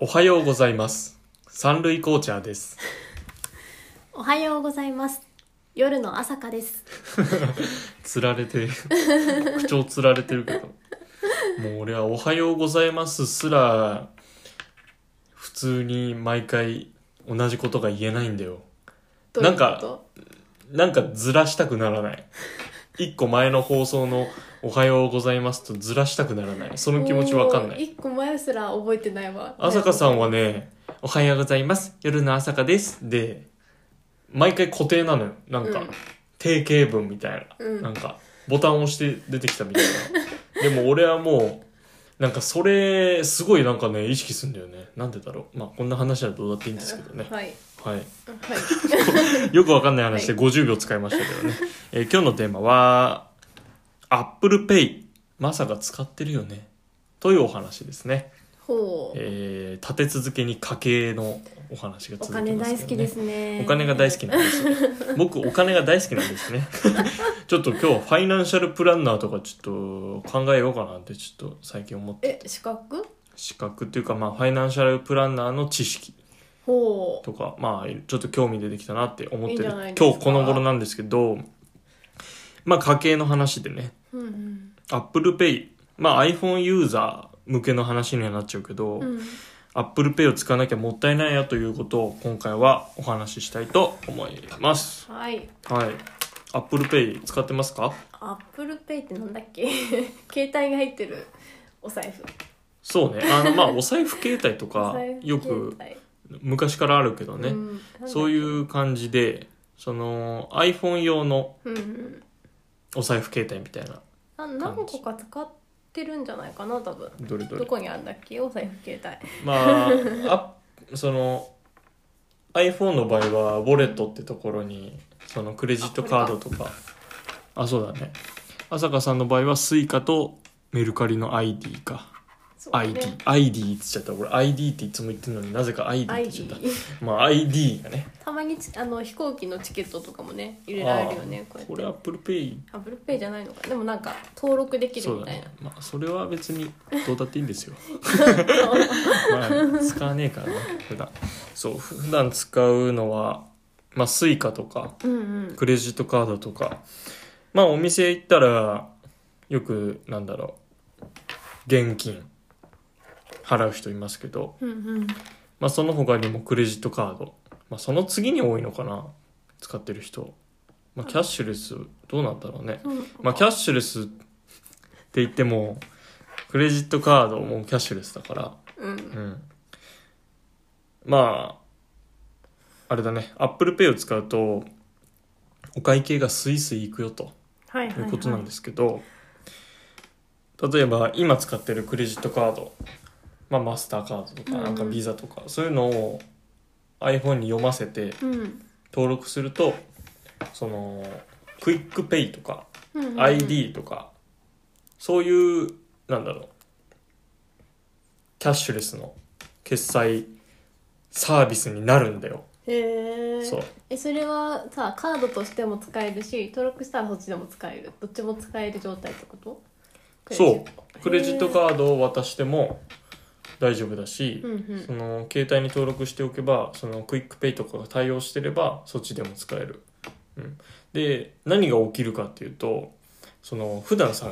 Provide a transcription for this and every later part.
おはようございます。三塁コーチャーです。おはようございます。夜の朝香です。つられて、口調つられてるけど。もう俺はおはようございますすら、普通に毎回同じことが言えないんだよ。どういうなんこかとなんかずらしたくならない。一個前の放送のおはようございますとずらしたくならない。その気持ちわかんなおいー。一個前すら覚えてないわ。朝香さんはね、おはようございます。夜の朝香です。で、毎回固定なのよ。なんか、うん定型文みたいな。うんなんか、ボタンを押して出てきたみたいな。でも俺はもう、なんかそれ、すごいなんかね、意識するんだよね。なんでだろう。まあ、こんな話はどうだっていいんですけどね。はい。はい。はい。よくわかんない話で50秒使いましたけどね。えー今日のテーマは、Apple Pay。まさか使ってるよね。というお話ですね。ほう。えー、立て続けに家計のお話が続きおますけど、ね、金大好きですね。お金が大好きなん ですよ僕お金が大好きなんですねちょっと今日はファイナンシャルプランナーとかちょっと考えようかなってちょっと最近思ってえ、資格資格っていうかまあファイナンシャルプランナーの知識ほう。とかまあちょっと興味出てきたなって思ってるいいんじゃないですか今日この頃なんですけどまあ家計の話でねうん Apple Pay まあ iPhone ユーザー向けの話にはなっちゃうけど、うん。うん。 Apple Pay を使わなきゃもったいないやということを今回はお話ししたいと思います。はい。はい。Apple Pay 使ってますかアップルペイってなんだっけ 携帯が入ってるお財布。そうね。 あの、まあ、お財布携帯とおか財、布よく昔からあるけどね。うんそうい。う感じで、その iPhone 用のなんだっけうんうん。お財布携帯みたいな。あ何個か使ってるんじゃないかな、多分。どれどどれ。こにあるんだっけお財布携 まあ、あその iPhone の場合は、ウォレットってところに、そのクレジットカードとか、あ、そうだね。朝香さんの場合は、スイカとメルカリの ID か。帯。 ID そうだね。。 ID って言っちゃった。俺 ID っていつも言ってるのになぜか ID って言っちゃった。まあ ID がね。たまにちあの飛行機のチケットとかもね入れられるよねここうれやって ApplePay アップルペイじゃないのかでもなんか登録できるそうみだたいねな。まあそれは別にどうだっていいんですよ。まあ使わねえからね、普段。そう、普段使うのは、まあ Suica とか、うんうんクレジットカードとかまあお店行ったらよくなんだろう現金払う人いますけど、うんうんまあ、その他にもクレジットカード、まあ、その次に多いのかな使ってる人、まあ、キャッシュレスどうなんだろうねそうまあキャッシュレスって言ってもクレジットカードもキャッシュレスだからううんんまああれだね ApplePay を使うとお会計がスイスイ行くよとはいはいいはういことなんですけど、例えば今使ってるクレジットカード、まあ、マスターカードとかうんなんかビザとか、そういうのを iPhone に読ませてうんうん登録するとそのクイックペイとかうんうん ID とか、そういうなんだろうキャッシュレスの決済サービスになるんだよ、へえそうえそれはさカードとしても使えるし登録したらそっちでも使えるどっちも使える状態ってことそうクレジットーカードを渡しても大丈夫だし、うんうんその携帯に登録しておけばそのクイックペイとかが対応してればそっちでも使える、うん、で何が起きるかっていうとその普段さ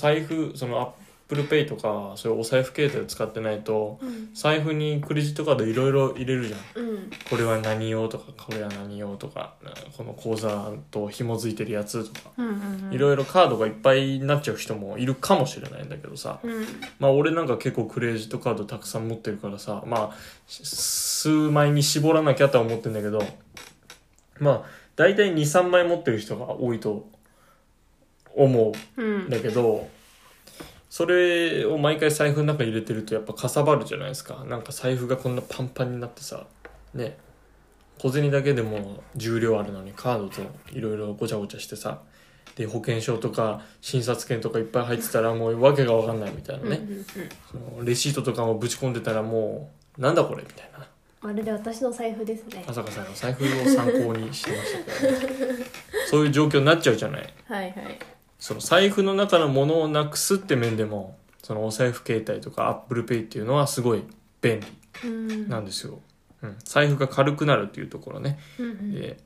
財布そのアップルペイとかそういうお財布携帯を使ってないとうん財布にクレジットカードいろいろ入れるじゃんうんこれは何用とかこれは何用とかこの口座と紐づいてるやつとかうんうんうんいろいろカードがいっぱいになっちゃう人もいるかもしれないんだけどさうんまあ俺なんか結構クレジットカードたくさん持ってるからさまあし数枚に絞らなきゃとは思ってんだけどまあ大体23枚持ってる人が多いと思ううんんだけどそれを毎回財布の中に入れてるとやっぱかさばるじゃないですかなんか財布がこんなパンパンになってさね小銭だけでも重量あるのにカードといろいろごちゃごちゃしてさで保険証とか診察券とかいっぱい入ってたらもう訳が分かんないみたいなね、うんうんうんそのレシートとかもぶち込んでたらもうなんだこれみたいなまるで私の財布ですね朝香さんの財布を参考にしてましたけど、ね、そういう状況になっちゃうじゃないはいはいその財布の中のものをなくすって面でもそのお財布携帯とか ApplePay っていうのはすごい便利うんなんですよ、うん、財布が軽くなるっていうところね、うんうんで、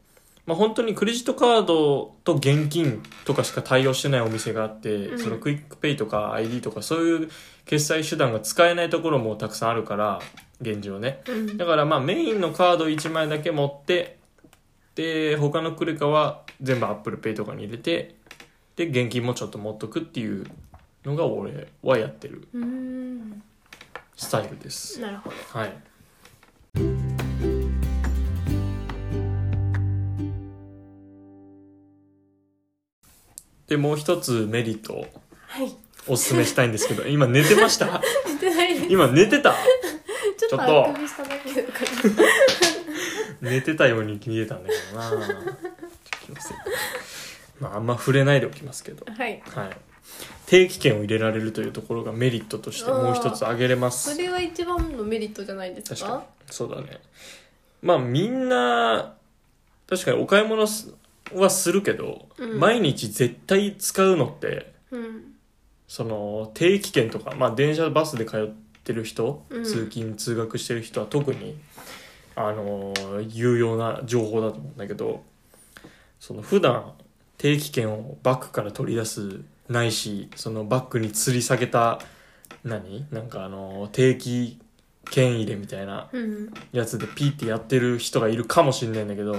まあ、本当にクレジットカードと現金とかしか対応してないお店があって、うんそのクイックペイとか ID とかそういう決済手段が使えないところもたくさんあるから現状ねうんだからまあメインのカード1枚だけ持ってで他のクレカは全部 ApplePay とかに入れてで現金もちょっと持っとくっていうのが俺はやってるうんスタイルですなるほどはいでもう一つメリットをはいおすすめしたいんですけど今寝てました 寝てないです今寝てたちょっちょっととあくびしただけだから寝てたように見えたんだけど なちょっと気のせいまああんま触れないでおきますけど、はいはい、定期券を入れられるというところがメリットとしてもう一つ挙げれまそすれは一番のメリットじゃないです確かかにそうだねまあみんな確かにお買い物すはするけど、うん毎日絶対使うのってうんその定期券とか、まあ、電車バスで通ってる人、うん通勤通学してる人は特にあのー有用な情報だと思うんだけどその普段定期券をバッグから取り出すないしそのバッグに吊り下げた何なんかあのー定期券入れみたいなうんやつでピーってやってる人がいるかもしれないんだけど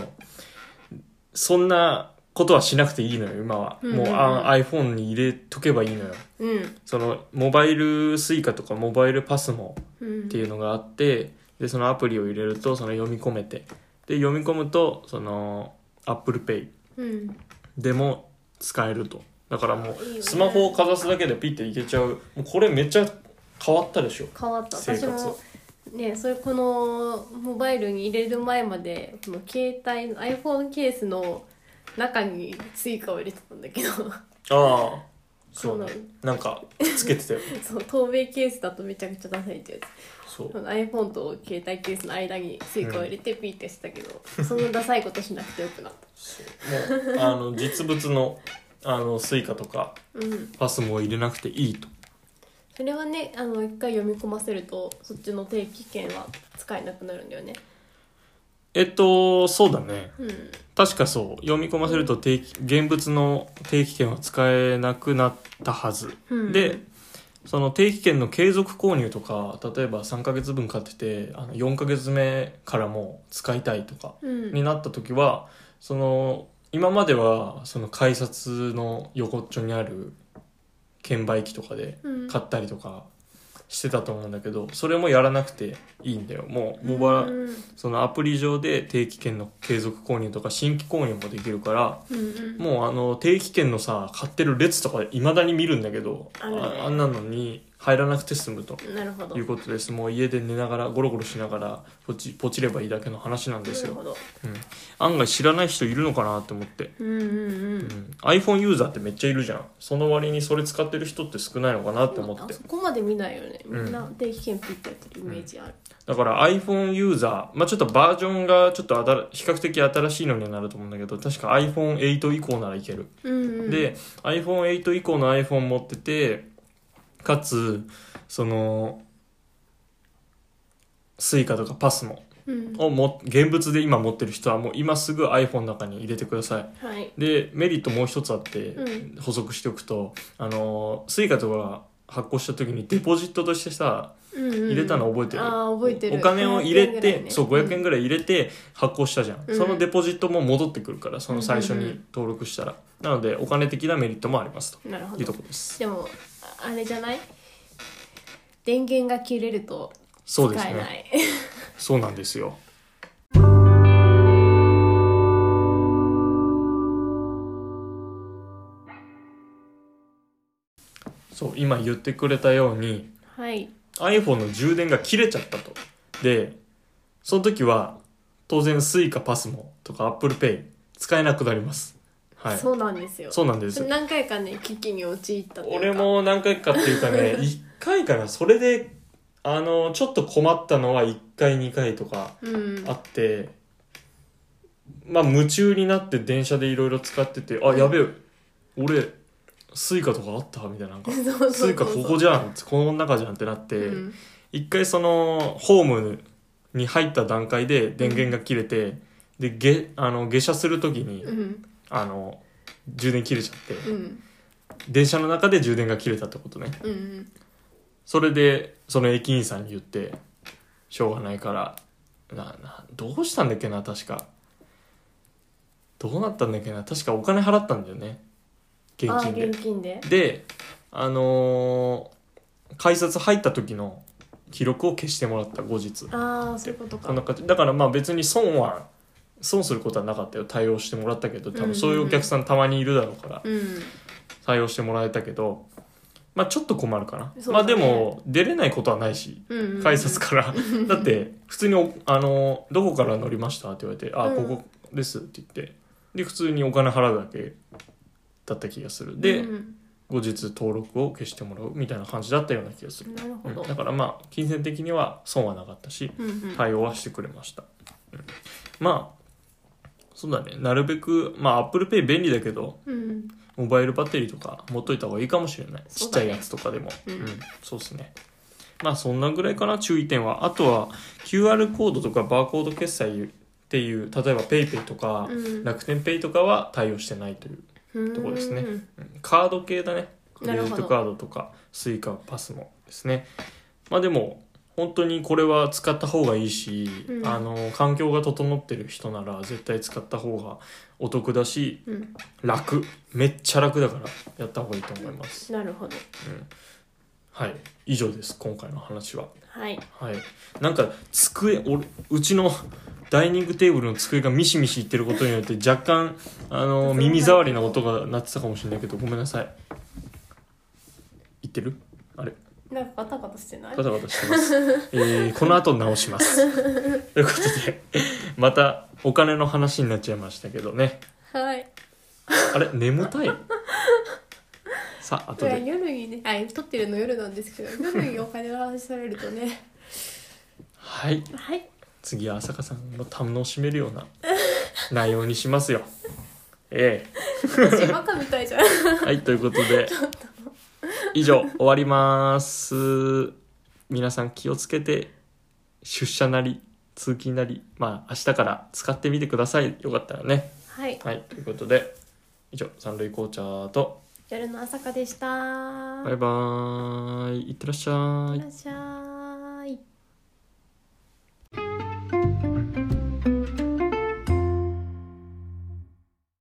そんなことはしなくていいのよ今は、うんうんうんもうあ iPhone に入れとけばいいのようんそのモバイル Suica とかモバイルパスモうんっていうのがあってでそのアプリを入れるとその読み込めてで読み込むとその ApplePay うんでも使えるとだからもあいいよねうスマホをかざすだけでピッていけちゃうもうこれめっちゃ変わったでしょ変わった生私活もねそれこのモバイルに入れる前までこの携帯の iPhone ケースの中にスイカを入れてたんだけど ああそそううなのねなんかくっつけて たよねその透明ケースだとめちゃくちゃダサいってやつそうこの iPhone と携帯ケースの間にスイカを入れてピーってしてたけど、そんなダサいことしなくてよくなったそうもうあの実物のあのスイカとかうんパスも入れなくていいとそれはねあの一回読み込ませるとそっちの定期券は使えなくなるんだよねえっとそうだねうん確かそう読み込ませると定期現物の定期券は使えなくなったはず、うんでその定期券の継続購入とか例えば3ヶ月分買っててあの4ヶ月目からも使いたいとかうんになった時はその今まではその改札の横っちょにある券売機とかでうん買ったりとかしてたと思うんだけどそれもやらなくていいんだよもうモバうんうんそのアプリ上で定期券の継続購入とか新規購入もできるからうんもうあの定期券のさ買ってる列とかいまだに見るんだけどあるねああんなのに入らなくて済むとなるほどいうことですもう家で寝ながらゴロゴロしながらポチポチればいいだけの話なんですなよるほど案外知らない人いるのかなって思って、うんうんううんん、 iPhone ユーザーってめっちゃいるじゃんその割にそれ使ってる人って少ないのかなって思ってあそこまで見ないよねみうんんな定期券ピッてやってるイメージあるだから iPhone ユーザー、まあ、ちょっとバージョンがちょっとあたら比較的新しいのにはなると思うんだけど確か iPhone8 以降ならいける、うんうんで iPhone8 以降の iPhone 持っててかつその Suica とか PASMO うんをも現物で今持ってる人はもう今すぐ iPhone の中に入れてくださいはいでメリットもう一つあってう補足しておくと、あの Suica とか発行した時にデポジットとしてさ入入れたの覚えてる、あー覚えてるお金を入れ500円ぐてらいねそう500円ぐらい入れて発行したじゃん、うんそのデポジットも戻ってくるからその最初うんうんうに登録したら、なのでお金的なメリットもありますなるほというどとこですでもああれじゃない電源が切れるとそうです使えなねいそうなんですよそう今言ってくれたようにはい、 iPhone の充電が切れちゃったとでその時は当然 Suica パスモとか ApplePay 使えなくなりますはいそうそうなんですよなんですよ何回かね危機に陥ったというか俺も何回かっていうか ね1回かなそれであのちょっと困ったのは1回2回とかうんあってまあ夢中になって電車でいろいろ使っててあやべえ俺 Suica とかあったみたいななんかそうそうそうそう Suica ここじゃんこの中じゃんってなって、うん一回そのホームに入った段階で電源が切れて、でげあの下車する時に、うんあの充電切れちゃって、うん電車の中で充電が切れたってことねうんそれでその駅員さんに言ってしょうがないからななどうしたんだっけな確かどうなったんだっけな確かお金払ったんだよね現あ金ーで現金でであのー改札入った時の記録を消してもらった後日ああそういうことかこんな感じだからまあ別に損は損することはなかったよ対応してもらったけど多分そういうお客さんたまにいるだろうからうん対応してもらえたけどまあちょっと困るかな、そうまだあねでも出れないことはないしうんうん改札 から、だって普通におあの「どこから乗りました?」って言われて「あうんここです」って言ってで普通にお金払うだけだった気がするで、うん後日登録を消してもらうみたいな感じだったような気がする、なるうほんどだからまあ金銭的には損はなかったしうんうん対応はしてくれました、うんまあそうだねなるべくまあ ApplePay 便利だけどうんモバイルバッテリーとか持っといた方がいいかもしれない、ちそっうちだゃねいやつとかでも、うんそうですねまあそんなぐらいかな注意点はあとは QR コードとかバーコード決済っていう例えば PayPay とか、うん楽天 Pay とかは対応してないという、うんとこですねうんカード系だねクレジなるッほトどカードとか Suica パスもですねまあでも本当にこれは使った方がいいし、うんあの環境が整ってる人なら絶対使った方がお得だしうん楽めっちゃ楽だからやった方がいいと思いますなるほどはい以上です今回の話ははいはいなんか机俺うちのダイニングテーブルの机がミシミシいってることによって若干あの耳障りな音が鳴ってたかもしれないけどごめんなさいいってるあれなんかガタガタしてないガタガタしてます、えーこの後直しますということでまたお金の話になっちゃいましたけどねはいあれ眠たいさあこ後れはで夜にねあ撮ってるの夜なんですけ ど夜にお金の話されるとねはいはい次は朝香さんの楽しめるような内容にしますよ。え私バカみたいじゃんえはい、ということで、以上、終わります。皆さん気をつけて、出社なり、通勤なり、まあ、明日から使ってみてください。よかったらね。はいはい、ということで、以上、三類紅茶と、夜の朝香でしたバイバーイ、いってらっしゃいいら。っしゃい